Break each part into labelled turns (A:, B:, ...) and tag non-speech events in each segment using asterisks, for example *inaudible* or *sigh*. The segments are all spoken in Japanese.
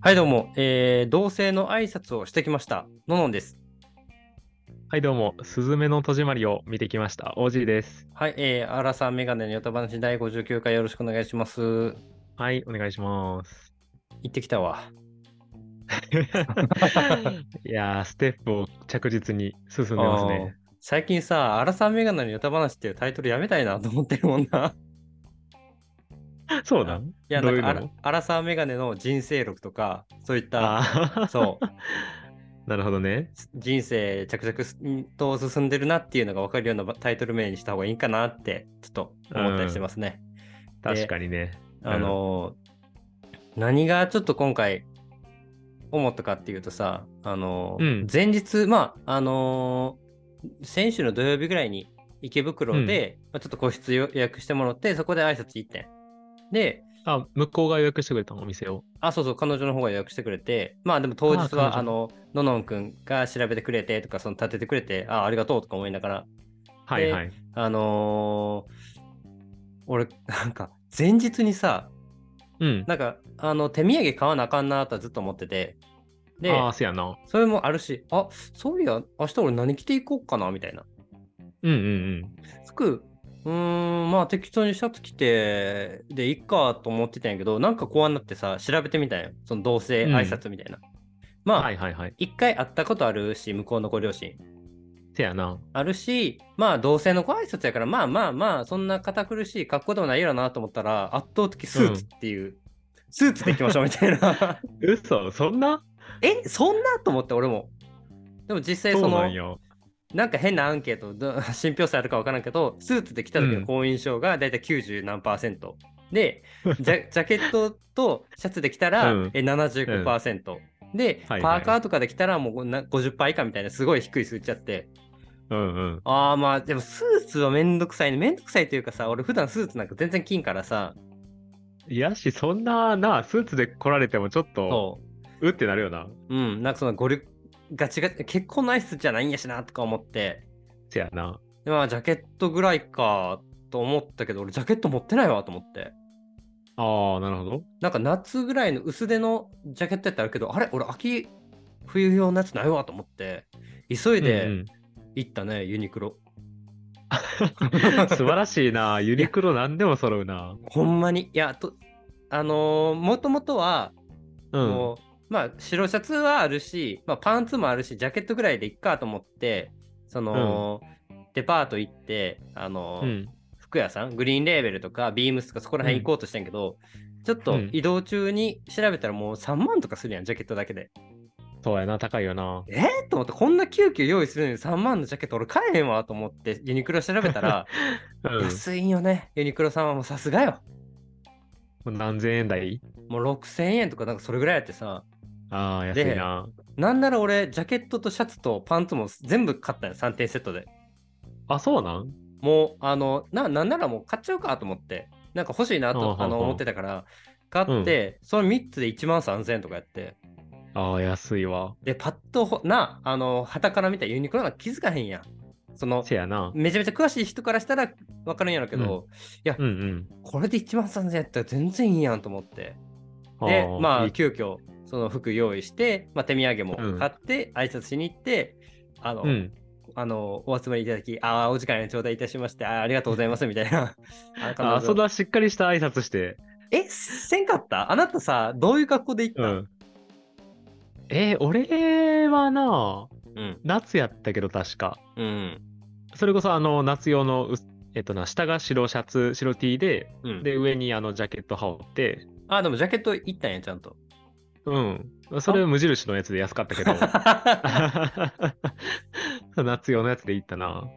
A: はいどうも、えー、同性の挨拶をしてきましたののんです
B: はいどうも、すずめの戸締まりを見てきました。OG です。
A: はいえー、アラサーメガネのヨタ話第59回よろしくお願いします行
B: はい、お願いし *laughs* ます。
A: ってきたわ
B: いやー、ステップを着実に進んでますね。
A: あー最近さアラサーメガネのヨタ話っていうタイトルやめたいなと思ってるもん
B: *laughs*
A: な
B: そうだ。
A: いやな
B: どうんいう
A: か
B: の
A: アラアラサーメガネの人生録とかそういった
B: あう。
A: そう
B: *laughs* なるほどね。
A: 人生着々と進んでるなっていうのが分かるようなタイトル名にした方がいいかなってちょっと思ったりしてますね。
B: 確かにね。
A: あのー何がちょっと今回思ったかっていうとさ、あのー
B: うん
A: 前日まああのー先週の土曜日ぐらいに池袋で、まあちょっと個室予約してもらってそこで挨拶行ってん。で
B: あ、向こうが予約してくれたお店を。
A: あそうそう彼女の方が予約してくれてまあでも当日
B: あ
A: は
B: 彼女
A: あのののんくんが調べてくれてとかその立ててくれてあありがとうとか思いながら
B: はいはい。
A: あのー俺なんか前日にさ
B: うん。
A: なんかあの手土産買わなあかんなとはずっと思っててで
B: ああ、そうやな。
A: それもあるしあそういや明日俺何着ていこうかなみたいな
B: うんうんうん。
A: 服うーんまあ適当にシャツ着てでいっかと思ってたんやけどなんかこうなってさ調べてみたんよその同性挨拶みたいな、まあ、
B: はいはいはい。
A: 一回会ったことあるし向こうのご両親
B: せやな。
A: あるしまあ同性のご挨拶やからまあまあまあそんな堅苦しい格好でもないやろなと思ったら圧倒的スーツっていう、スーツで行きましょうみたいな
B: 嘘そんな
A: えそんなと思って俺もでも実際
B: そ
A: そうの
B: な
A: なん
B: んよ。
A: か変なアンケートど *laughs* 信憑性あるか分からんけどスーツで来た時の好印象がだいたい90何パーセントでジ
B: *laughs*
A: ャジャケットとシャツで来たら、
B: うん
A: え75%、で、
B: はいはい
A: パーカーとかで来たらもうな50%以下みたいなすごい低い数値あって
B: うんうん。
A: ああまあでもスーツはめんどくさいねめんどくさいというかさ俺普段スーツなんか全然着んからさ
B: いやし、そんなな、スーツで来られてもちょっと、
A: そう
B: ってなるよな。
A: ううんなんかそのゴリガチガチ結婚ナイスじゃないんやしなとか思って
B: せやな。
A: でまあジャケットぐらいかと思ったけど俺ジャケット持ってないわと思って
B: ああ、なるほど。
A: なんか夏ぐらいの薄手のジャケットやったらあるけどあれ俺秋冬用のやつないわと思って急い
B: うんう
A: で
B: ん
A: 行ったね、ユニク
B: *laughs*
A: ロ *laughs*
B: 素晴らしいな。ユニクロ何でも揃うな。
A: ほんまにいやとあのー、もともとは
B: うん。
A: もうまあ白シャツはあるし、まあ、パンツもあるしジャケットぐらいでいっかと思ってその、デパート行ってあの、
B: うん。
A: 服屋さんグリーンレーベルとかビームスとかそこら辺行こうとしたんやけど、ちょっ
B: う
A: と
B: ん
A: 移動中に調べたらもう3万とかするやんジャケットだけで
B: そうやな、高いよな。
A: えっと思ってこんな急遽用意するのに3万のジャケット俺買えへんわと思ってユニクロ調べたら、
B: *laughs* うん。も
A: 安いんよねユニクロさんはもうさすがよ
B: う何千円台
A: もう6000円とかなんかそれぐらいやってさ
B: ああ、安
A: で
B: いな。
A: なんなら俺ジャケットとシャツとパンツも全部買ったんよ3点セットで
B: あ、そうなん
A: もうあのななんならもう買っちゃうかと思ってなんか欲しいな
B: はあは
A: と
B: あ
A: あの思ってたから買って、その3つで1万3000円とかやって
B: ああ、安いわ。
A: でパッとほなあの旗から見たらユニクロなんか気づかへんやんその
B: せやな。
A: めちゃめちゃ詳しい人からしたら分かるんやろうけど、
B: うんうん。
A: これで1万3000円やったら全然いいやんと思ってで
B: ー
A: ま
B: い
A: あ
B: い
A: 急遽その服用意して、まあ、手土産も買って挨拶しに行って、あの、
B: うん。
A: あのお集まりいただきああお時間頂戴いたしましてあーありがとうございますみたい
B: *laughs*
A: な
B: ああ、そんなしっかりした挨拶して。
A: え、せんかったあなたさ、どういう格好で行った
B: うん。えー俺はな、
A: うん。
B: 夏やったけど確か。
A: うん。
B: それこそあの、夏用のうす、えっとな、下が白シャツ、白 T で、
A: うん、
B: で、上にあの、ジャケット羽織って、
A: あ、でもジャケット行ったんや、ちゃんと。
B: うん。それ無印のやつで安かったけど。
A: *laughs*
B: *laughs* 夏用のやつで行ったな。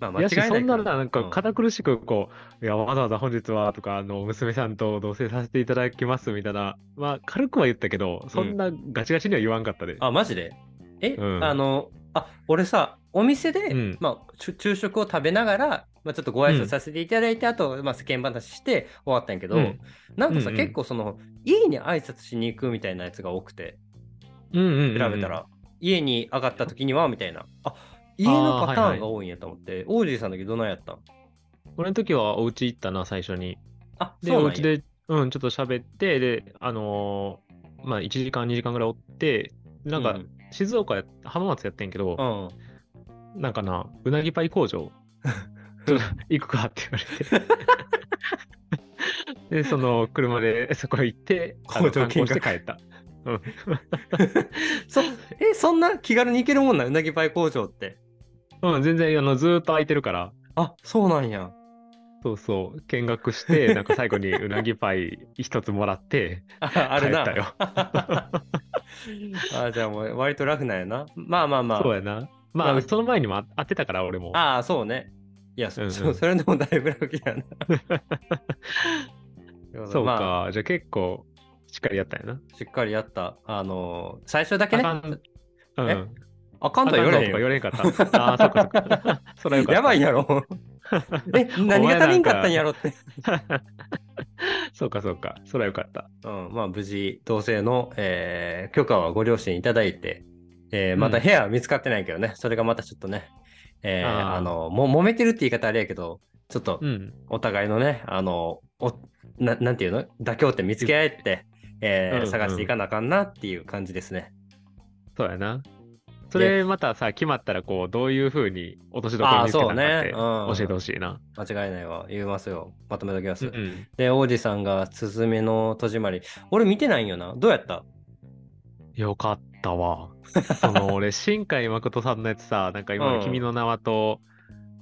A: まあ、間違
B: や
A: い
B: し、
A: ないけど。
B: そんなのなん
A: う
B: か堅苦しくこう、いや、わざわざ本日はとか、あの、娘さんと同棲させていただきますみたいな、まあ、軽くは言ったけど、そんなガチガチには言わんかったで。
A: あ、マジでえ、
B: うん
A: あの、あ、俺さ、お店で、
B: うん
A: まあ、ちゅ昼食を食べながら、まあ、ちょっとご挨拶させていただいて、あと、まあ、世間話して終わったんやけど、
B: うん
A: なんかさ、
B: うんうん
A: 結構その、家に挨拶しに行くみたいなやつが多くて、
B: うんうん、うん。
A: 調べたら、。家に上がった時には、みたいな。あ、家のパターンが多いんやと思って、オージーさんの時どないやったん
B: 俺の時はお家行ったな、最初に。
A: あ、
B: で、
A: そう
B: お
A: なん
B: 家
A: や。
B: で、うん、ちょっと喋って、で、あのーまあ、1時間、2時間ぐらいおって、でなん
A: う
B: か、静岡や、浜松やってんけど、
A: うん。
B: なんかな、うなぎパイ工
A: *laughs*
B: 場、ちょっと行くかって言われて。で、その車でそこ行って、あの
A: 工場
B: 観
A: 見学
B: 光して帰った。うん、
A: そ、え、そんな気軽に行けるもんなんうなぎパイ工場って。
B: うん、全然あのずーっと空いてるから、
A: あ、そうなんや。
B: そうそう、見
A: *laughs*
B: 学して、なんか最後にうなぎパイ一つもらって、
A: ああるな。
B: 帰っ
A: *laughs*
B: たよ
A: あじゃあもう割とラフなんやな。まあまあまあ。
B: そうやな。
A: ま
B: ま
A: あ
B: あ、その前にもあ会ってたから、俺も。
A: ああ、そうね。いや、そ,、
B: うんうん
A: そそ *laughs* れでもだいぶラフやな。
B: *laughs* そうか、
A: まあ、
B: じゃあ結構、しっかりやったんやな。
A: しっかりやった。あのー最初だけ
B: あ
A: ね。
B: か
A: あ
B: ん。うん。
A: えか
B: あ
A: んとは言われへん
B: かんとか言
A: よ。
B: われへんかった。ああ、そっかそっ
A: *laughs*
B: か。それはよかった。
A: やばいや
B: *laughs*
A: ろ。え、何が足りんかったんやろって。
B: そうかそうか、それはよかった。
A: うん、まあ無事、同性の、えー許可はご両親いただいて、えー
B: うん
A: また部屋は見つかってないけどね、それがまたちょっとね、えー
B: あ
A: あ
B: ー
A: の、も揉めてるって言い方あれやけど、ちょっと
B: うん。
A: お互いのね、あの、おななんていうの妥協って見つけ合えって、えー
B: うんうん
A: 探していかなあかんなっていう感じですね。
B: そうやな。それまたさ、決まったら、こう、どういうふうに落としどころ
A: あ
B: に
A: あ
B: 見つけたのかって
A: そうねうん
B: 教えてほしいな。
A: 間違いないわ。言いますよ。まとめときま
B: う
A: す。
B: ん。
A: で、王子さんが、すずめの戸締まり。俺見てないんよな。どうやった
B: よかっ
A: *laughs*
B: たわ。その、俺、新海誠さんのやつさ、なんか今
A: うん
B: の君の名はと、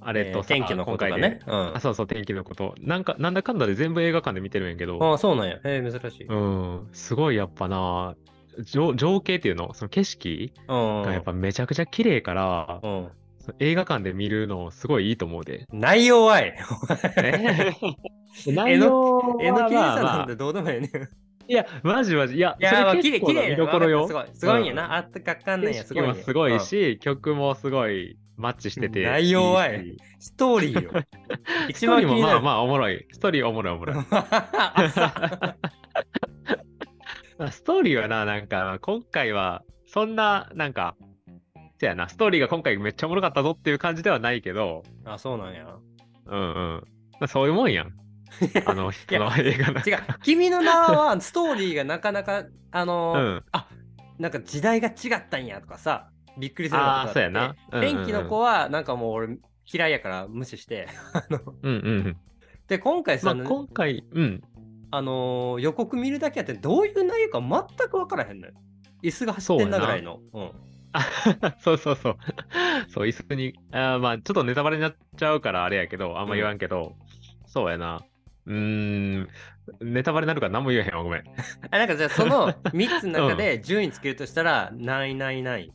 B: あれとさ、
A: えー天気のことだ
B: 今回
A: ね
B: で。。
A: うん
B: あ、。そうそう、天気のこと。なんか、なんだかんだで全部映画館で見てるんやけど。
A: ああ、そうなんや。えー、珍しい。うん。
B: うん、すごいやっぱな情情景っていうのその景色がやっぱめちゃくちゃ綺麗から、
A: うん。。
B: その映画館で見るのすごいいいと思うで
A: *laughs* 内容はえ
B: え
A: *laughs* え
B: 内
A: の
B: 容
A: えの
B: は
A: きれい
B: まあ
A: さな
B: ま
A: ん
B: あ
A: てどうでもええねん。
B: いやマジマジいや
A: いやー、まあ
B: それ
A: 綺麗、
B: 結
A: 綺
B: 構
A: 麗
B: な見どころよ
A: す。ごい、すごいんや
B: う
A: な。あったかっかんなん
B: 景
A: や。す
B: 色
A: ごいんや。
B: もすごい
A: うん、
B: し、曲もすごいマッチしてて。
A: 内容はええ
B: いいし
A: ストーリーよ。
B: *laughs* ス
A: 一
B: トー
A: 番
B: リ
A: 気
B: ーも
A: に
B: ま
A: な
B: あ
A: る。
B: まあおもろい。ストーリーおもろいおも *laughs* ろい。
A: あさ
B: あストーリーはな、なんか、今回は、そんな、なんか、せやな、ストーリーが今回めっちゃおもろかったぞっていう感じではないけど、
A: *laughs* あ、そうなんや。
B: うんうん。まあ、そういうもんやん。
A: *laughs*
B: あの人の映画な。
A: 違う、君の名はストーリーがなかなか、あの
B: う
A: ー
B: ん。
A: なんか時代が違ったんやとかさ、びっくりするようなことがあって
B: あーそうやなうんうんうん
A: 天気の子は、なんかもう俺嫌いやから無視して。あの
B: うんうんうん。
A: で、今回
B: ま
A: さ、
B: あ、今回、うん。
A: あのー予告見るだけやってどういう内容か全く分からへんのよ。椅子が走ってんなぐらいの。うん
B: あ *laughs* そうそうそう。そう、椅子に、あーまあ、ちょっとネタバレになっちゃうからあれやけど、あんま言わんけど、そうやな。うーん、ネタバレになるから何も言えへんわ、ごめん。
A: あなんかじゃあその3つの中
B: *laughs*
A: で順位つけるとしたら、ないないない。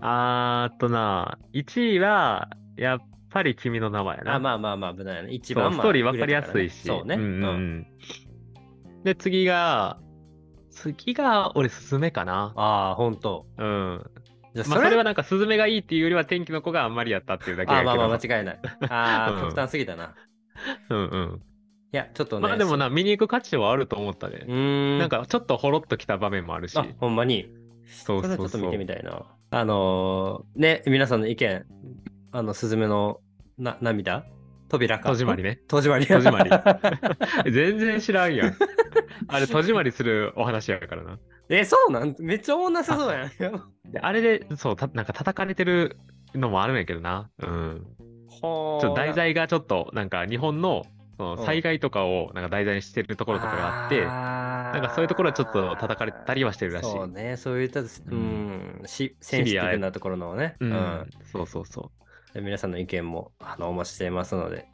B: あーっとな、1位は、やっぱり君の名前やな。
A: あまあまあまあ、無難やね。一
B: そう
A: 番
B: ス
A: まあ
B: トーリー分かりやすいし。
A: 売れたからねそうね。
B: んうん
A: うん
B: うんで、次が、次が、俺、スズメかな。
A: ああ、ほんと。
B: うん。
A: じゃあ
B: まあ、それはなんか、スズメがいいっていうよりは、天気の子があんまりやったっていうだけや
A: あ
B: けど。
A: まあまあ間違いない。ああ、
B: うん
A: 極端すぎたな。
B: うんうん。
A: いや、ちょっとね。
B: まあでもな、見に行く価値はあると思った
A: う
B: ね。
A: ーん。
B: なん、か、ちょっとほろっときた場面もあるし。
A: あほんまに。そ
B: そ
A: うれ
B: そう
A: はち
B: そ
A: ょっ
B: う。
A: と見てみたいな。あのーね、皆さんの意見、あの、すずめのな涙扉か。
B: 戸締まりね。 *laughs*
A: 戸締まり。
B: 戸締まり全然知らんやん。あれ、戸締まりするお話やからな。
A: *laughs* え、そうなんめっちゃおもんなさそうやん。
B: であれで、そう、たなんか叩かれてるのもあるんやけどな。うん。
A: ほ
B: ちょっと題材がちょっとなんか日本のその
A: うん
B: 災害とかをなんか題材にしてるところとかがあって、
A: な
B: なんかそういうところはちょっと叩かれたりはしてるらしい。
A: そうね、そういった、うん、しセンシティブなところのね、う
B: うんん、そうそうそ
A: で皆さんの意見もあのお待ちしていますので。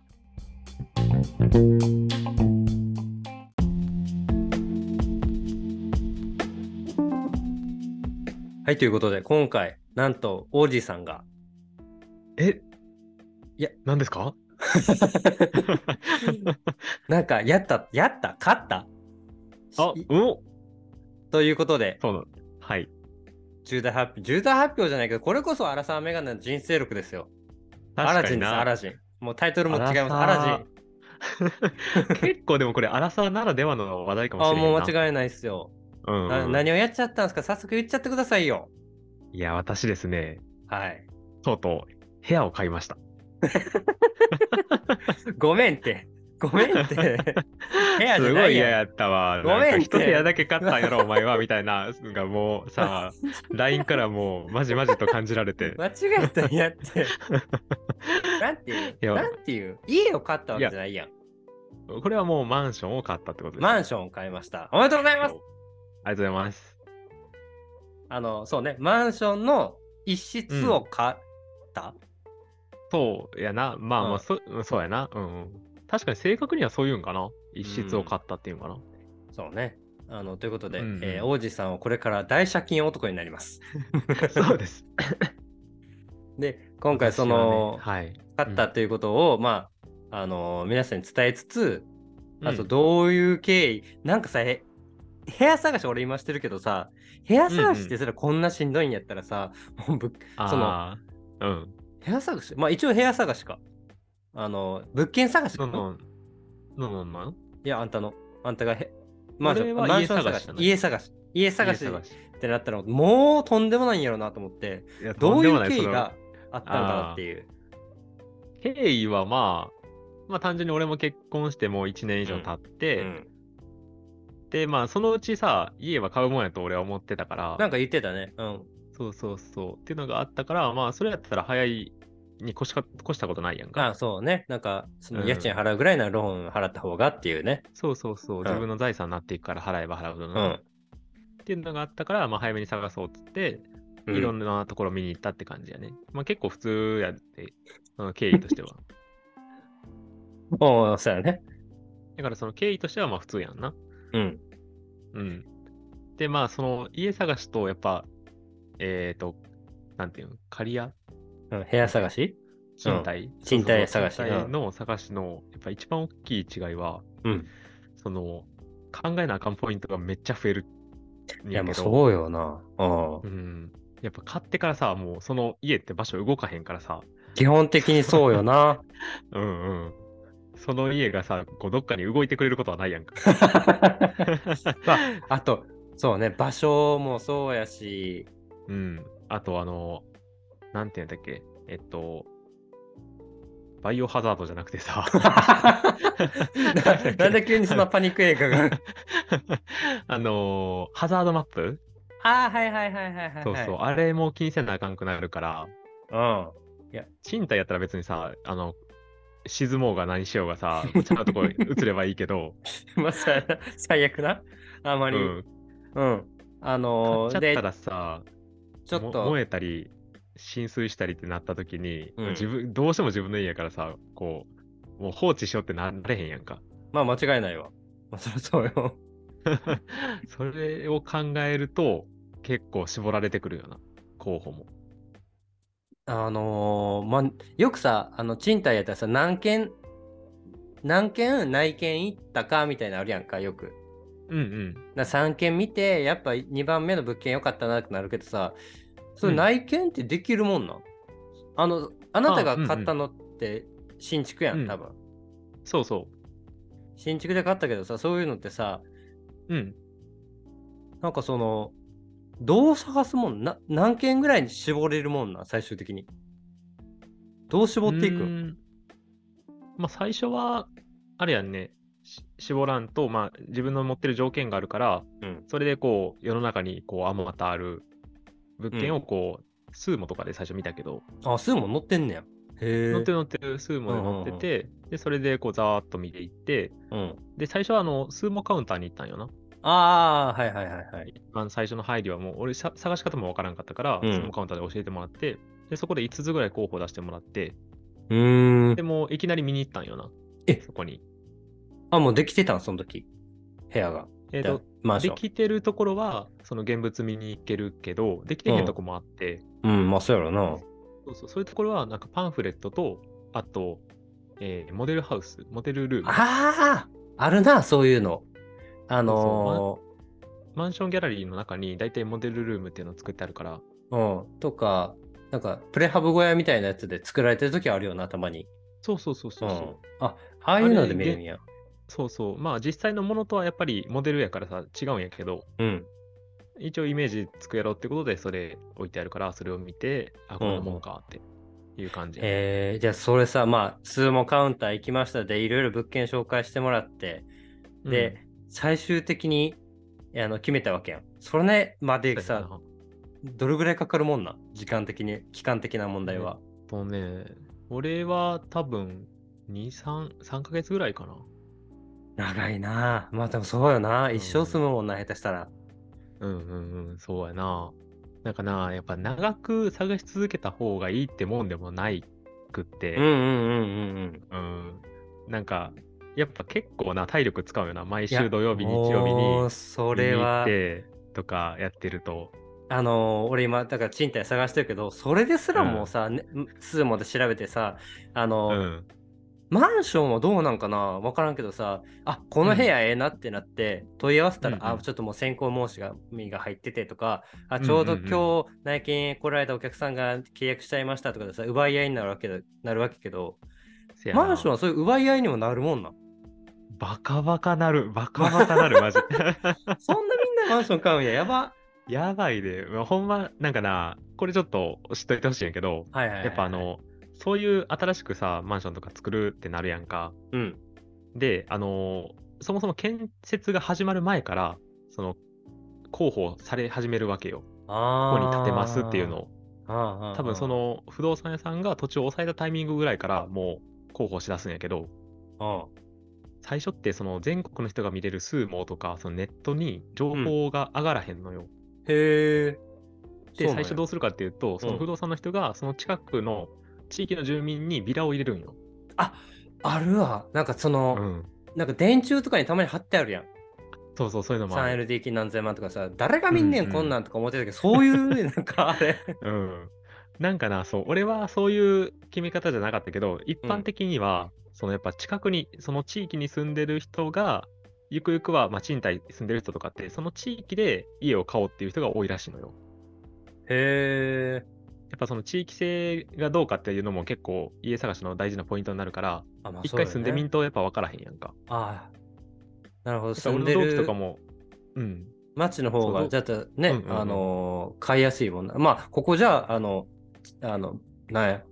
A: はい、ということで、今回、なんと、王子さんが、
B: う。え
A: いや、
B: 何ですか
A: なんか、やった、やった、勝った
B: あ、
A: し
B: うんお
A: ということで、
B: そうなの。はい。
A: 重大発表、重大発表じゃないけど、これこそアラサーメガネの人生力ですよ。アラ
B: 確か
A: ジン
B: に
A: です、
B: な
A: アラジン。もうタイトルも違います、ア
B: ア
A: ラ
B: ラ
A: ジ
B: サー
A: ン。
B: *laughs* 結構でもこれ、アラサーならではの話題かもし
A: あ、
B: れない。
A: もう間違いないっすよ。
B: うんうん、
A: な何をやっちゃったんですか早速言っちゃってくださいよ。
B: いや、私ですね、
A: はい。
B: とうとう部屋を買いました。
A: ごめんって。ごめん
B: *laughs*
A: って。部屋じゃ
B: す
A: な
B: ごい
A: いや
B: 嫌
A: ん。
B: やったわ。
A: ごめんって
B: なんか一部屋だけ勝ったんやろ、お前は、みたいな、がも
A: *laughs*
B: うさ、LINE からもう、まじまじと感じられて。
A: 間違えたんや
B: *laughs*
A: って。なんていう
B: いや
A: なんていう家を買ったわけじゃないやん。
B: これはもうマンションを買ったってことです。
A: マン
B: シ
A: ションを買いました。おめでとうございます
B: ありがとうございます。
A: あの、そうね、マンションの一室を買った。
B: そうやな。まあ
A: うん
B: まあ、そそうやな。うんうん。確かに正確にはそういうんかな。一室を買ったっていうんかな。
A: そうね。あのということで、
B: うんうん
A: えー王子さんはこれから大借金男になります。
B: そうです。
A: で、 *laughs* 今回その、
B: 私はねはい。
A: 買ったということを、まあ、あのー皆さんに伝えつつ、あと
B: うん
A: どういう経緯、なんかさ、へ部屋探し俺今してるけどさ、部屋探しってそれこんなしんどいんやったらさ、もうぶその
B: あーうん。
A: 部屋探し、まあ一応部屋探しか。あのー、物件探しか
B: の。
A: *laughs*
B: のん、ののんのん
A: いや、あんたの、あんたがへマンショ
B: 俺
A: ン、
B: は
A: マンション
B: 家探
A: 探
B: し
A: し
B: じゃ、ない
A: 家探し、家探し
B: 家
A: っ。てなったら、もうとんでもないんやろなと思って、
B: いや
A: ど
B: とん
A: う
B: で
A: い
B: も
A: う
B: な
A: 経緯
B: その
A: があったのかなっていう。
B: 経緯はまあ、まあ単純に俺も結婚してもう1年以上経って、
A: うん
B: でまあそのうちさ、家は買うもんやと俺は思ってたから、
A: なんか言ってたね。うん。
B: そうそうそう。っていうのがあったから、まあそれやったら早いに越しか越したことないやんか。
A: あそうね。なんか、その
B: うん
A: 家賃払うぐらいならローン払った方がっていうね。
B: そうそうそう、
A: ん
B: 自分の財産になっていくから払えば払うほど
A: う
B: の、っていうのがあったから、まあ早めに探そうっつって、いろんなところ見に行ったって感じやね。まあ結構普通やって、その経緯とし
A: *laughs*
B: ては。
A: おーそうやね。
B: だからその経緯としてはまあ普通やんな。
A: うん。
B: うん。で、まあ、その家探しと、やっぱ、えっ、と、なんていうの、借り家
A: うん部屋探し
B: 賃貸、
A: 賃貸探し
B: 賃貸の探しの、やっぱ一番大きい違いは、
A: うん。
B: その、考えなあかんポイントがめっちゃ増えるん
A: い
B: や
A: や、も
B: け
A: う
B: ど。
A: そうよな。うん。
B: うん。やっぱ買ってからさ、もうその家って場所動かへんからさ、
A: 基本的にそうよ *laughs* な。
B: うんうん。その家がさ、こうどっかに動いてくれることはないやんか。
A: *laughs* まあ、あと、そうね、場所もそうや *laughs* し、
B: うん。あと、あの、なんていうんだっけ、えっと、バイオハザードじゃなくてさ、
A: な *laughs* なんで急にそんなパニック映画が。
B: *laughs* あのーハザードマップ、
A: ああ、はいはいはいはいはい。
B: そうそう、あれも気にせなあかんくなるから、
A: うん。
B: 賃貸やったら別にさ、あの、沈もうが何しようがさ、ちゃんとこう移ればいいけど、
A: まあ、さ最悪な。あ
B: う
A: まり。うん。
B: ん、
A: あ
B: 買
A: の
B: っ
A: ー
B: ちゃった
A: で、
B: らさ、
A: ちょっ
B: も
A: と
B: 燃、えたり、浸水したりってなった時に、
A: うん
B: 自分、どうしても自分の家やからさ、こう、もう放置しようってなれへんやんか。
A: まあ間違いないわ。まあ、そりゃそうよ。
B: *laughs* それを考えると、結構絞られてくるよな、候補も。
A: あのーまあ、よくさ、あの、賃貸やったらさ、何件、何件内見行ったかみたいなのあるやんか、よく。
B: うんうん。
A: な3件見て、やっぱ2番目の物件良かったなってなるけどさ、そうれ
B: ん
A: 内見ってできるもんなん、あの、あなた
B: あ
A: が
B: うんうん
A: 買ったのって新築やん、
B: うん
A: 多分。
B: そうそ
A: 新築で買ったけどさ、そういうのってさ、
B: う。うん。
A: なんかその、どう探すもんな、何件ぐらいに絞れるもんなん、最終的に。どう絞っていうく
B: ーんまあ最初は、あれやんね、し絞らんと、まあ自分の持ってる条件があるから、
A: うん
B: それでこう、世の中にこう、あまたある物件をこう、スーモとかで最初見たけど、
A: あ、すぐも乗ってんねや。へえ。
B: 乗ってる乗ってるスーモで乗ってて、で、それでこう、ざーっと見ていって、
A: うん。
B: で、最初はあの、スーモカウンターに行ったんよな。
A: ああ、はいはいはいはい。
B: 一番最初の配慮はもう俺さ探し方もわからんかったから、
A: うん
B: そのカウンターで教えてもらってでそこで5つぐらい候補出してもらって
A: うーん
B: で。もういきなり見に行ったんよな
A: え
B: そこに、
A: あ、もうできてたん、その時。部屋が。
B: え
A: え
B: ーと
A: マンシ
B: で
A: ョン。
B: きてるところはその現物見に行けるけどできてへんとこもあって、
A: うん、まあそうやろな。
B: そうそうそういうところはなんかパンフレットとあと、えーモデルハウスモデルルーム
A: あああるな、そういうの。あの
B: マンションギャラリーの中に大体モデルルームっていうのを作ってあるから
A: ーうん、とか、なんか、プレハブ小屋みたいなやつで作られてる時あるよな、たまに。
B: そうそうそうそうそう、
A: うん。あ、ああいうので見れるんや。
B: そうそうまあ実際のものとはやっぱりモデルやからさ違うんやけど
A: うん。
B: 一応イメージつくやろうってことでそれ置いてあるからそれを見てあこんなもんかって、いう感じ。
A: えー、じゃあそれさ、まあ、注文カウンター行きましたで、いろいろ物件紹介してもらって、
B: うん
A: で、、最終的にあの決めたわけやん。それねまで
B: そうや
A: さ、
B: な
A: どれぐらいかかるもんなん時間的に、期間的な問題は。
B: とね、俺は多分、2、3、3ヶ月ぐらいかな。
A: 長いなあまあでもそうよな。
B: うん
A: 一生住むもんな、下手したら。
B: うんうんうん、そうやな。なんかな、やっぱ長く探し続けた方がいいってもんでもないくっ
A: うんう
B: て、
A: んうんうんうん。
B: うん、なんか、やっぱ結構な、体力使うよな。毎
A: いや
B: 週土曜日、日曜日に
A: もうそれ
B: 行っ
A: は、
B: てとかやってると、
A: あのー俺今、だから賃貸探してるけど、それですらもうさ、ね数まで調べてさ、あ
B: う
A: のー
B: ん、
A: マンションはどうなんかな分からんけどさ、あこの部屋ええなってなって、問い合わせたら、
B: うんうん
A: あちょっともう先行申し込が入っててとか、あちょうど
B: うんうんうん
A: 今日内見へ来られたお客さんが契約しちゃいましたとかでさ、奪い合いになるわけだなるわけけど、
B: せやな
A: マンションはそういう奪い合いにもなるもんな。
B: *laughs* バカバカなる、バカバカなる、マジ。 *laughs*
A: そんなみんなマンション買うんや、やば。
B: やばいで、まあほんま、なんかな、これちょっと知っといてほしいんやけど、
A: はいはいはいはい
B: やっぱあ、の、そういう新しくさ、マンションとか作るってなるやんか。
A: うん。
B: で、あのーそもそも建設が始まる前から、その、広報され始めるわけよ。ここ
A: あ
B: に建てますっていうのを。
A: を
B: 多分そ、の不動産屋さんが土地を抑えたタイミングぐらいからもう広報しだすんやけど、
A: うん
B: 最初ってその全国の人が見れるスーモーとか、そのネットに情報が上がらへんのよ。
A: へえ。
B: で、最初ど
A: う
B: うするかっていうと、その不動産の人がその近くの地域の住民にビラを入れるんよ。
A: あるわ。なんかそうの、
B: ん。
A: なんか電柱とかにたまに貼ってあるやん。
B: そうそう、そういうのもある。
A: 3LDK 何千万とかさ、誰が見んね
B: うんうんん
A: こんなんとか思ってたけど、そういう、なん
B: *laughs*
A: かあれ。
B: うん。なんかな、そう、俺はそういう決め方じゃなかったけど、一般的には、そのやっぱ近くに、その地域に住んでる人が、ゆくゆくは、まあ、賃貸住んでる人とかって、その地域で家を買おうっていう人が多いらしいのよ。
A: へえ。
B: やっぱその地域性がどうかっていうのも結構家探しの大事なポイントになるから、
A: あ、まあ
B: 一回住んでみ
A: ん
B: んとやっぱ分からへんやんか。
A: ああ。なるほど、
B: だか
A: 住
B: ら
A: ん
B: 俺
A: で
B: の同期と
A: る
B: かも、うん、
A: 町の方
B: そ
A: が、
B: う
A: ちょっとね、
B: うんうんうん
A: あのー、買いやすいもんな。まあ、ここじゃあ、あの、あの、なんや、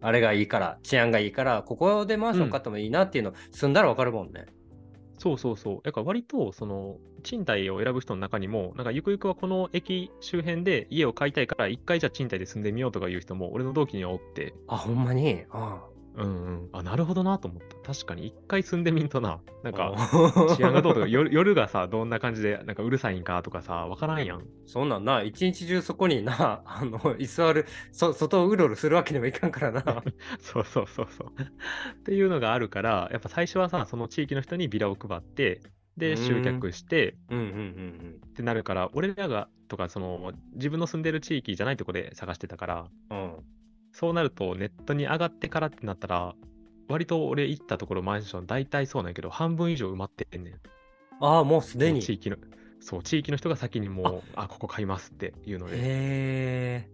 A: あれがいいから、治安がいいから、ここでマンション買ってもいいなっていうの、住んだらわかるもんね。
B: そうそうそう。だから割と、その、賃貸を選ぶ人の中にも、なんかゆくゆくはこの駅周辺で家を買いたいから、一回じゃあ賃貸で住んでみようとかいう人も、俺の同期にはおって、
A: あ、ほんまに。あ
B: うんうん、あ、なるほどなと思った。確かに、一回住んでみんとな、な
A: あ
B: んか、
A: お
B: 治安がどうとか、夜夜がさ、どんな感じで、なんかうるさいんかとかさ、わからんやん。
A: *laughs*
B: *laughs*
A: そんなんな、一日中そこにな、あの、居座る、そ外をうろうろするわけにもいかんからな。
B: そうそうそうそう。っていうのがあるから、やっぱ最初はさ、その地域の人にビラを配って、で、集客して、
A: うんうんうん
B: ってなるから、俺らがとか、その自分の住んでる地域じゃないとこで探してたから、
A: うん。うん。
B: そうなるとネットに上がってからってなったら、割と俺行ったところマンション大体そうなんやけど、半分以上埋まってんねん。
A: ああ、もうすで
B: そ
A: に。
B: の地
A: へ
B: 域の、そう、地域の人が先にもう、あここ買いますっていうので。
A: え。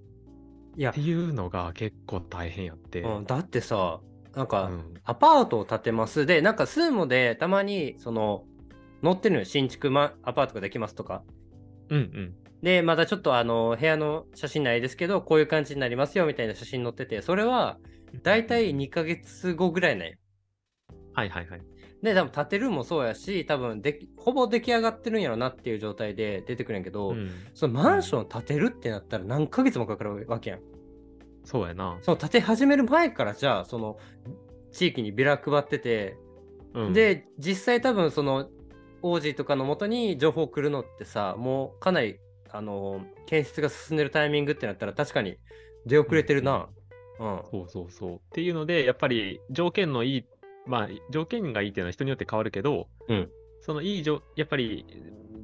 A: いや
B: って、いうのが結構大変やって。
A: うん、だってさ、なん
B: う
A: か、
B: ん
A: アパートを建てます。で、なんか、スーモでたまに、その、載ってるのよ。新築、ま、アパートができますとか。
B: うんうん。
A: で、またちょっとあの、部屋の写真ないですけど、こういう感じになりますよみたいな写真載ってて、それは、だいたい2ヶ月後ぐらいなんよ
B: はいはいはい。
A: で、多分建てるもそうやし、多分できほぼ出来上がってるんやろなっていう状態で出てくるんやけど、
B: うん
A: そのマンション建てるってなったら何ヶ月もかかるわけやん。
B: そうやな。
A: その建て始める前からじゃあ、その地域にビラ配ってて、
B: うん、
A: で、実際多分その王子とかのもとに情報来るのってさ、もうかなり、あの建設が進んでるタイミングってなったら確かに出遅れてるな。うん。
B: そうそうそう。っていうので、やっぱり条件のいい、まあ、条件がいいっていうのは人によって変わるけど、
A: うん
B: そのいいじょ、やっぱり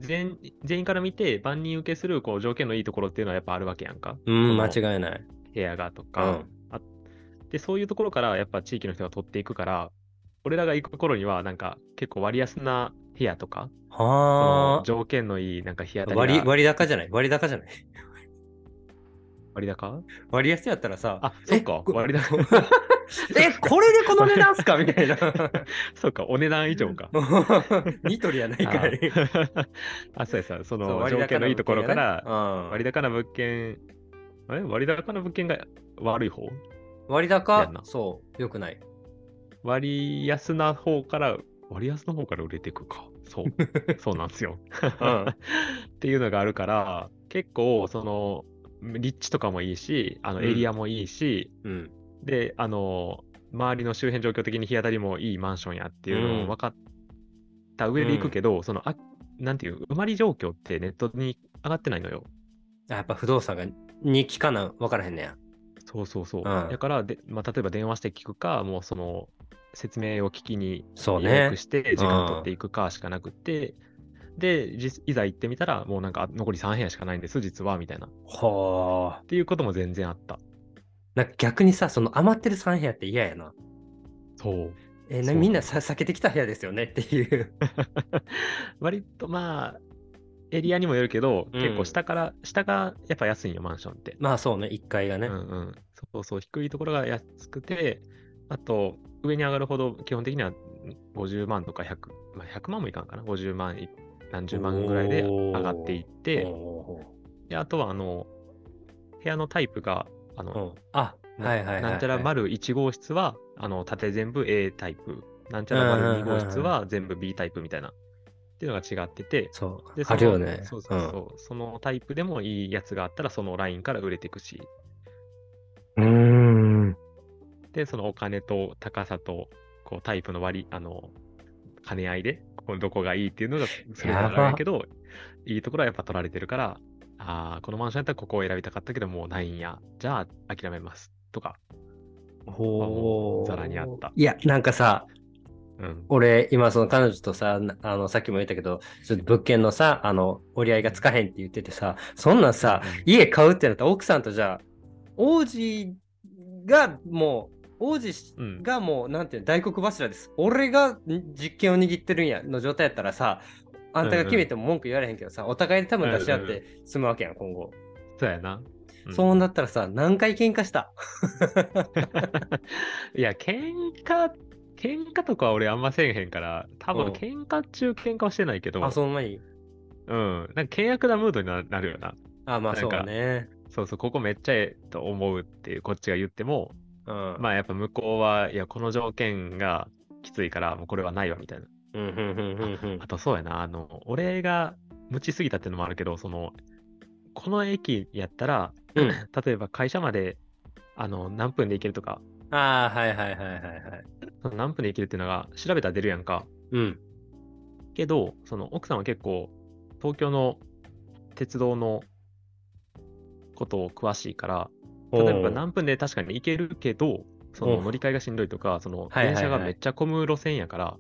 B: 全全員から見て万人受けするこう条件のいいところっていうのはやっぱあるわけやんか。
A: うん、
B: そ
A: 間
B: の
A: 違いない。
B: 部屋がと
A: う
B: か、
A: ん。
B: で、そういうところからやっぱ地域の人が取っていくから、俺らが行く頃には、なんか結構割安な部屋とか、そ
A: は
B: の条件のいいなんか日当
A: あ。
B: たりが
A: 割割高じゃない割高じゃない
B: 割高
A: 割安やったらさ、
B: あ、そっか、
A: え
B: 割高。
A: *laughs* え、これでこの値段っす
B: *laughs*
A: かみたいな。
B: そっか、お値段以上か。
A: *laughs* ニトリやないかい。
B: あ *laughs* あ、そうやそうや、そ
A: そう
B: の条件のいいところから、
A: 割
B: 割
A: 高
B: 高な物件、あれ割高な物件が悪い方
A: 割
B: や
A: 高
B: んな、
A: そう、良くない。
B: 割安な方から、割安の方から売れていくか。
A: *laughs*
B: そう。そうなんですよ。
A: うん
B: *laughs* っていうのがあるから、結構、その、立地とかもいいし、あの
A: うん
B: エリアもいいし、
A: うん。
B: で、あの、周りの周辺状況的に日当たりもいいマンションやっていうの
A: うん
B: を分かった上で行くけど、そのあ、なんていう、埋まり状況ってネットに上がってないのよ。
A: あやっぱ不動産がに効かな、分からへんねや。
B: そうそうそ
A: う
B: う。
A: ん
B: だからで、まあ、例えば電話して聞くか、もうその説明を聞きに
A: そう
B: 予
A: ね
B: 約。して時間取っていくかしかなくて、で、実いざ行ってみたら、もうなんかあ残り3部屋しかないんです、実は、みたいな。っ
A: ほー。
B: ていうことも全然あった。
A: なんか逆にさ、その余ってる3部屋って嫌やな。
B: そう。
A: えーな
B: そう
A: みんなさ避けてきた部屋ですよねっていう。 *laughs*
B: *laughs* 割とまあ、エリアにもよるけど、
A: うん
B: 結構下から、下がやっぱ安いんよ、マンションって。
A: まあそうね、1階が
B: う
A: ね。
B: んうん。そうそう、低いところが安くて、あと、上に上がるほど、基本的には50万とか100、まあ、100万もいかんかな、50万い、何十万ぐらいで上がっていって、
A: おー
B: で、あとは、あの、部屋のタイプが、あの、
A: うんあ、
B: な
A: はいはいはいはい。
B: なんちゃら丸1号室は、あの、縦全部 A タイプ、なんちゃら丸2号室は全部 B タイプみたいな、っていうのが違ってて、
A: そう
B: で、。そ
A: あ
B: の
A: るよね。
B: そうそうそうう、そのタイプでもいいやつがあったら、そのラインから売れていくし、
A: ん。うーん。
B: で、そのお金と高さと、こう、タイプの割り、あの、兼ね合いで、こうどこがいいっていうのが、それ
A: やば
B: があるけど、いいところはやっぱ取られてるから、ああ、このマンションやったらここを選びたかったけど、もうないんや。じゃあ、諦めます。とか。
A: ほー。
B: ざらにあった
A: いや、なんかさ、
B: うん。
A: 俺、今、その彼女とさ、なあの、さっきも言ったけど、ちょっと物件のさ、あの、折り合いがつかへんって言っててさ、そんなんさ、家買うってなったら奥さんとじゃあ、王子がもう、王子し
B: うん
A: がもう、なんていうの、大黒柱です。俺がん実権を握ってるんや、の状態やったらさ、あんたが決めても文句言われへんけどさ、お互いで多分出し合っ
B: うんう
A: て済むわけやん、今後。
B: そうやな。うん
A: そうなったらさ、何回喧嘩した。
B: いや、喧嘩喧嘩とかは俺あんませえへんから、多
A: うん
B: 分喧嘩中喧嘩はしてないけど、
A: あ、その前に。
B: うん。なんか険悪なムードにななるよな。
A: あ、まあそうね。
B: そうそう、ここめっちゃええと思うっていう、こっちが言っても、
A: うん。
B: まあやっぱ向こうは、いや、この条件がきついから、もうこれはないわみたいな。
A: うん、うん、うん、うんうん
B: あ。とそうやな、あの、俺が無知すぎたっていうのもあるけど、その、この駅やったら、
A: うん
B: *laughs* 例えば会社まで、あの、何分で行けるとか、
A: ああ、はいはいはいはいはい。
B: その何分で行けるっていうのが調べたら出るやんか。
A: うん。
B: けど、その奥さんは結構、東京の鉄道のことを詳しいから、例えば何分で確かに行けるけど、そ
A: おう
B: の乗り換えがしんどいとか、そ
A: は
B: の
A: いはいはい
B: 電車がめっちゃ混む路線やから、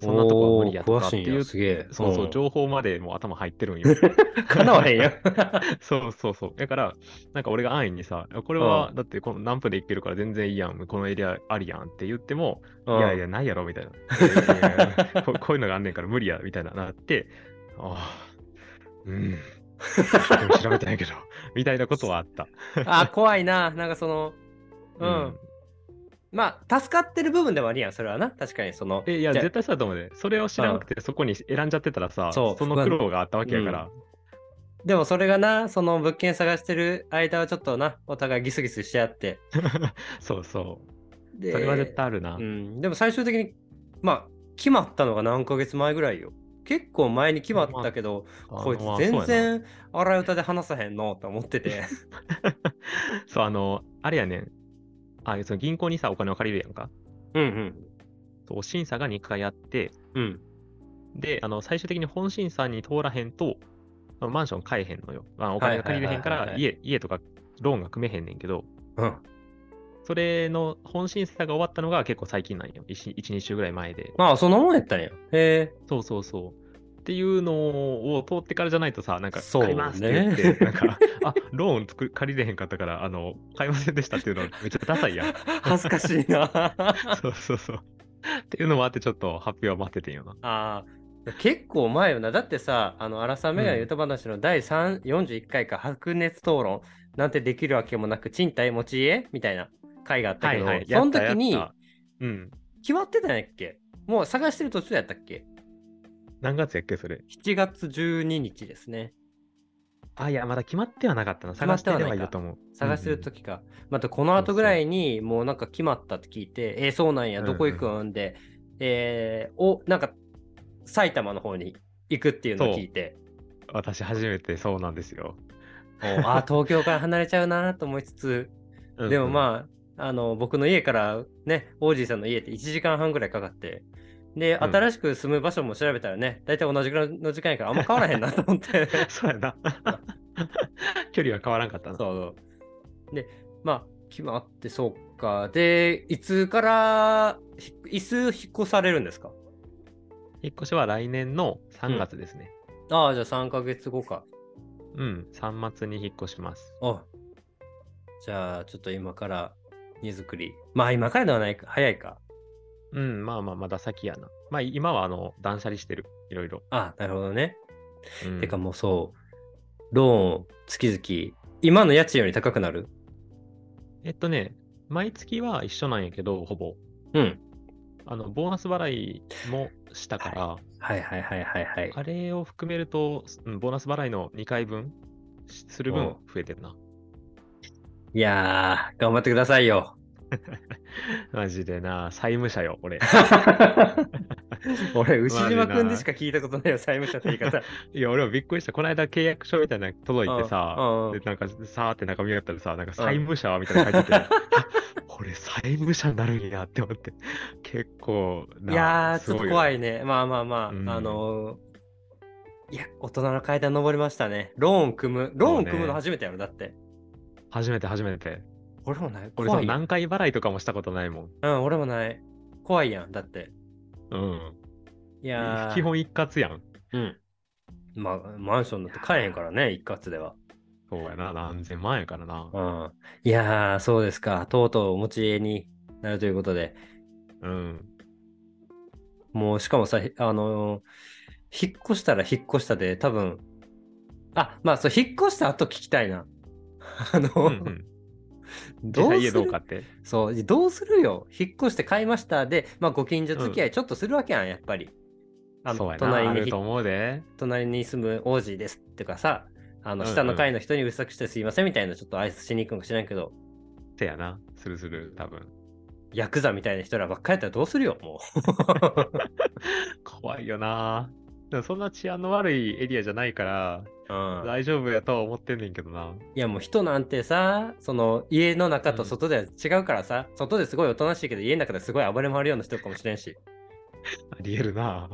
B: そんなとこは無理やとかって
A: おー詳しん
B: い
A: や
B: う、
A: すげえ。
B: そうそう、
A: ん
B: 情報までもう頭入ってるんよ。 *laughs*
A: かなわへん *laughs* よ。
B: そうそうそう。だから、なんか俺が安易にさ、これはだってこの何分で行けるから全然いいやん、このエリアありやんって言っても、いやいや、ないやろみた
A: *laughs*
B: いな。いやいやいやいやここういうのがあんねんから無理やみたいななって、ああ、
A: *laughs*
B: うん。でも調べてないけど、みたいなことはあった。
A: うんあ、怖いな。なんかその、うん。まあ、助かってる部分でもありやん、それはな。確かに、その。
B: えいや、
A: じゃ
B: 絶対そうだと思うね。それを知らなくて、そこに選んじゃってたらさ、
A: そう
B: その苦労があったわけやから。
A: でもそれがな、その物件探してる間はちょっとな、お互いギスギスし合って。
B: そうそう。
A: で
B: それは絶対あるな。
A: うん。でも最終的に、まあ、決まったのが何ヶ月前ぐらいよ。結構前に決まったけど、
B: あ
A: こいつ
B: まあ
A: 全
B: そうやな
A: 然荒い歌で話さへんのと思ってて。
B: そう、あの、あれやねん。あその銀行にさ、お金を借りるやんか。
A: うん
B: そう審査が2回あって、
A: うん。うん。
B: で、あの最終的に本審査に通らへんと、あのマンション買えへんのよ。まあ、お金が借りれへんか
A: はいは
B: ら
A: いはいはい
B: 家、家とかローンが組めへんねんけど、
A: うん。
B: それの本審査が終わったのが結構最近なんよ。1、2週ぐらい前で。
A: まあ、そんなもんやったんや。へえ。
B: そうそうそう。っていうのを通ってからじゃないとさ、なんか、
A: そうね
B: 買いますって言って、なんか、 *laughs* あローン作借りれへんかったから、あの、買いませんでしたっていうのめっちゃダサいやん。
A: *laughs* 恥ずかしいな。
B: そうそうそう。っていうのもあって、ちょっと発表を待っててんよな。
A: *laughs* ああ、結構前よな。だってさ、あの、荒さメガネ歌話の第3 41回か、白熱討論なんてできるわけもなく、賃貸持ち家みたいな回があったけど、その時に
B: やったやったうん。
A: 決まってたんやっけもう探してる途中やったっけ
B: 何月やっけ、それ。
A: ?7 月12日ですね。
B: あ、いや、まだ決まってはなかったな。
A: 決まっ
B: 探してて
A: は
B: れ
A: ないか
B: ばいると思う。
A: 探してる
B: と
A: 時か、またこの後ぐらいにもうなんか決まったって聞いて、えーそうなんや、どこ行くんで、えーお、なんか埼玉の方に行くっていうのを聞いて、
B: 私、初めてそうなんですよ。
A: おあー、東京から離れちゃうなと思いつつ、でもまあ、あの、僕の家からね、王子さんの家って1時間半ぐらいかかって、で、
B: ん
A: 新しく住む場所も調べたらね、大体同じぐらいの時間やからあんま変わらへんなと思って。
B: あ。 *laughs* そうやな。距離は変わらんかったな。
A: そう。で、まあ、決まって、そうか。で、いつから、ひいつ引っ越されるんですか
B: 引っ越しは来年の3月ですね。
A: ああ、じゃあ3ヶ月後か。
B: うん、3月に引っ越します。
A: おじゃあ、ちょっと今から荷造り。まあ、今からではないか。早いか。
B: うん、まあまあ、まだ先やな。まあ、今は、あの、断捨離してる。いろいろ。
A: ああ、なるほどね。
B: うん
A: てかもうそう、ローン、月々、今の家賃より高くなる
B: えっとね、毎月は一緒なんやけど、ほぼ。
A: うん。
B: あの、ボーナス払いもしたから、
A: はいはいはいはいはい。
B: あれを含めると、うんボーナス払いの2回分しする分
A: お
B: 増えてるな。 *laughs*
A: いやー、頑張ってくださいよ。
B: マジでな、債務者よ、俺。
A: *laughs* *laughs* 俺、牛島くんでしか聞いたことないよ、債務者って言い *laughs* 方。
B: いや、俺もびっくりした。この間契約書みたいなの届いてさ、
A: うんうん
B: で、なんか、さーって中身やったらさ、なんか債務者みたいなの書
A: *laughs*
B: いてて、あ俺債務者になるんやって思って、結構な、
A: いやー、
B: す
A: ちょっ
B: ご
A: と
B: よ
A: 怖いね。まあまあまあ、
B: うん
A: あのーいや、大人の階段登りましたね。ローン組む。ローン組むの初めてやろ、だって。
B: 初めて初めて。
A: 俺もない。
B: 俺そ
A: 怖
B: の
A: いよ。
B: 何回払いとかもしたことないもん。
A: うん、俺もない。怖いやん、だって。
B: うん。
A: いやー、
B: 基、本一括やん。
A: うん。まあ、マンションだって買えへんからね、一括では。
B: そうやな、何千万やからな
A: う。ん。いやー、そうですか。とうとうお持ち家になるということで。
B: うん。
A: もう、しかもさ、ひあのー引っ越したら引っ越したで、多分、あ、まあ、そう、引っ越した後聞きたいな。 *laughs* あの、
B: うんうん、
A: どう
B: 実際
A: す
B: 家
A: る
B: どうかって。
A: そう、どうするよ。引っ越して買いましたで、まあ、ご近所付き合いちょっとするわけやん、やっぱり。あ
B: そう
A: の
B: やな、
A: 隣
B: あ
A: に
B: る
A: ひ
B: と思うで。
A: 隣に住む王子ですってかさ、あの
B: うんうん
A: 下の階の人にうるさくしてすいませんみたいなちょっと挨拶しに行くんか知らんけど、
B: せやな、するする、多分。
A: ヤクザみたいな人らばっかりやったらどうするよ、も
B: 怖いよな。でもそんな治安の悪いエリアじゃないから、
A: う。うん、
B: 大丈夫やとは思ってんねんけどな。
A: いやもう人なんてさ、その家の中と外では違うからさ、外ですごいおとなしいけど家の中ですごい暴れ回るような人かもしれんし。
B: ありえるな。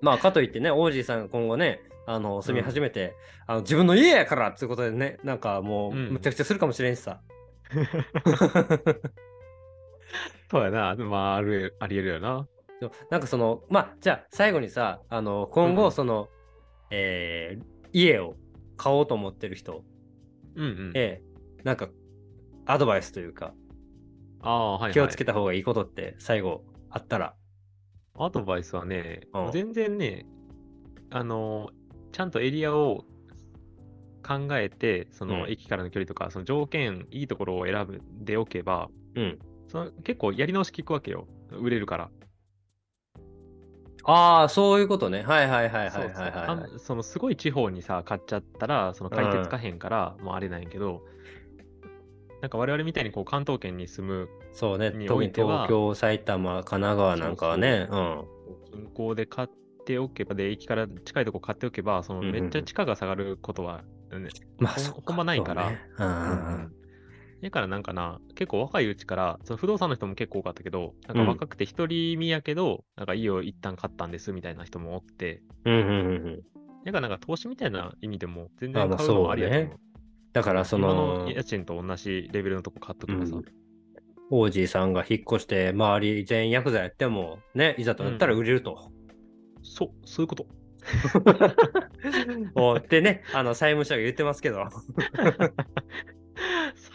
A: まあかといってね、王子さんが今後ね、あの住み始めて、あの自分の家やからっていうことでね、なんかもう
B: うん
A: むちゃくちゃするかもしれんし
B: *laughs*
A: さ。
B: そうやな、まあ、あるありえるよな。
A: そうなんかその、まあじゃあ最後にさ、あの今
B: うんう
A: 後
B: ん
A: その、えー家を買おうと思ってる人、
B: うんうん。
A: ええなんかアドバイスというか、
B: ああ、はい、はい。
A: 気をつけた方がいいことって最後あったら。
B: アドバイスはね
A: うん、
B: 全然ね、あの、ちゃんとエリアを考えて、その
A: うん
B: 駅からの距離とか、その条件、いいところを選んでおけば、
A: うん
B: その結構やり直し聞くわけよ、売れるから。
A: ああ、そういうことね。はいはいはいはい
B: そう
A: は
B: そ
A: いうはいはい、
B: あんそのすごい地方にさ、買っちゃったら、その解決かへんから、もうあれなんやけど、なんか我々みたいにこう関東圏に住む
A: そうね。
B: に
A: 特
B: お
A: に
B: いては
A: 東京、埼玉、神奈川なんかはね。うん。
B: 銀行で買っておけば、で、駅から近いとこ買っておけば、その
A: うんうんう
B: め
A: ん
B: っちゃ地価が下がることは、ね
A: まあ、
B: ほん
A: そっ
B: ほんまないから
A: そうねうんうんうん
B: だからなんかな、結構若いうちから、その不動産の人も結構多かったけど、なんか若くて一人身やけど、なんか家を一旦買ったんですみたいな人もおって、
A: うんうんうんうん
B: だからなんか投資みたいな意味でも全
A: あ
B: 然
A: まあ
B: 買うのもありやと思う。
A: そうだから、そ
B: 今
A: の
B: の、家賃と同じレベルのとこ買っとけばさ、
A: うん王子さんが引っ越して、周り全員ヤクザやっても、ね、いざとなったら売れると。 *laughs*
B: そう、そういうこと。 *laughs*
A: おってね、あの、債務者が言ってますけど。 *laughs*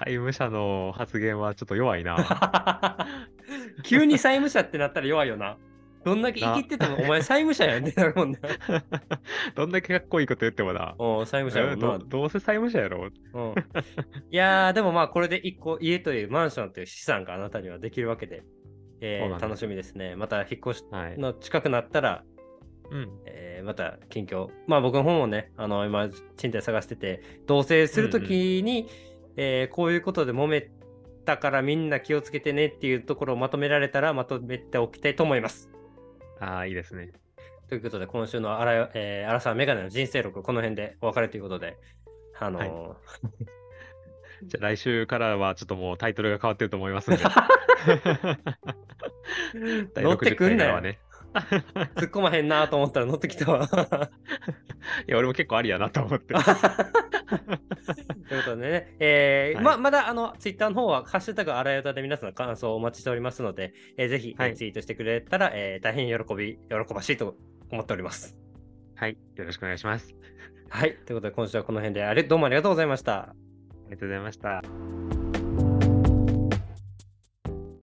B: 債務者の発言はちょっと弱いな。 *laughs*
A: 急に債務者ってなったら弱いよな。どんだけ生きてても、お前債務者やんってなる *laughs* もんな。
B: どんだけかっこいいこと言ってもな。
A: お債務者やもん
B: ど
A: な。
B: どうせ債務者やろ。
A: うん、いやー、でもまあ、これで一個、家というマンションという資産があなたにはできるわけで、えー
B: そうなんです
A: 楽しみですね。また引っ越し
B: はい。
A: の近くなったら、
B: うん。
A: えーまた近況、まあ僕の方もね、あの今、賃貸探してて、同棲するときに、えーこういうことで揉めたからみんな気をつけてねっていうところをまとめられたらまとめておきたいと思います。
B: ああ、いいですね。
A: ということで、今週のアラ,、えー、アラサーメガネの人生録、この辺でお別れということで、あのー
B: じゃあ来週からはちょっともうタイトルが変わってると思い *laughs* ます
A: *laughs*
B: んで。第
A: 乗って
B: 60
A: くん
B: 回
A: な
B: から
A: よ
B: は。ね。
A: 突っ込まへんなと思ったら乗ってきたわ。
B: いや、俺も結構ありやなと思 *laughs* って。
A: ということでね、えー
B: はい
A: ままだあのツイッターの方は、ハッシュタグあらよたで皆さんの感想をお待ちしておりますので、えーぜひ、えー
B: はい
A: ツイートしてくれたら、えー大変喜び、喜ばしいと思っております。
B: はい、よろしくお願いします。
A: はい、ということで今週はこの辺であれ、どうもありがとうございました。
B: ありがとうございました。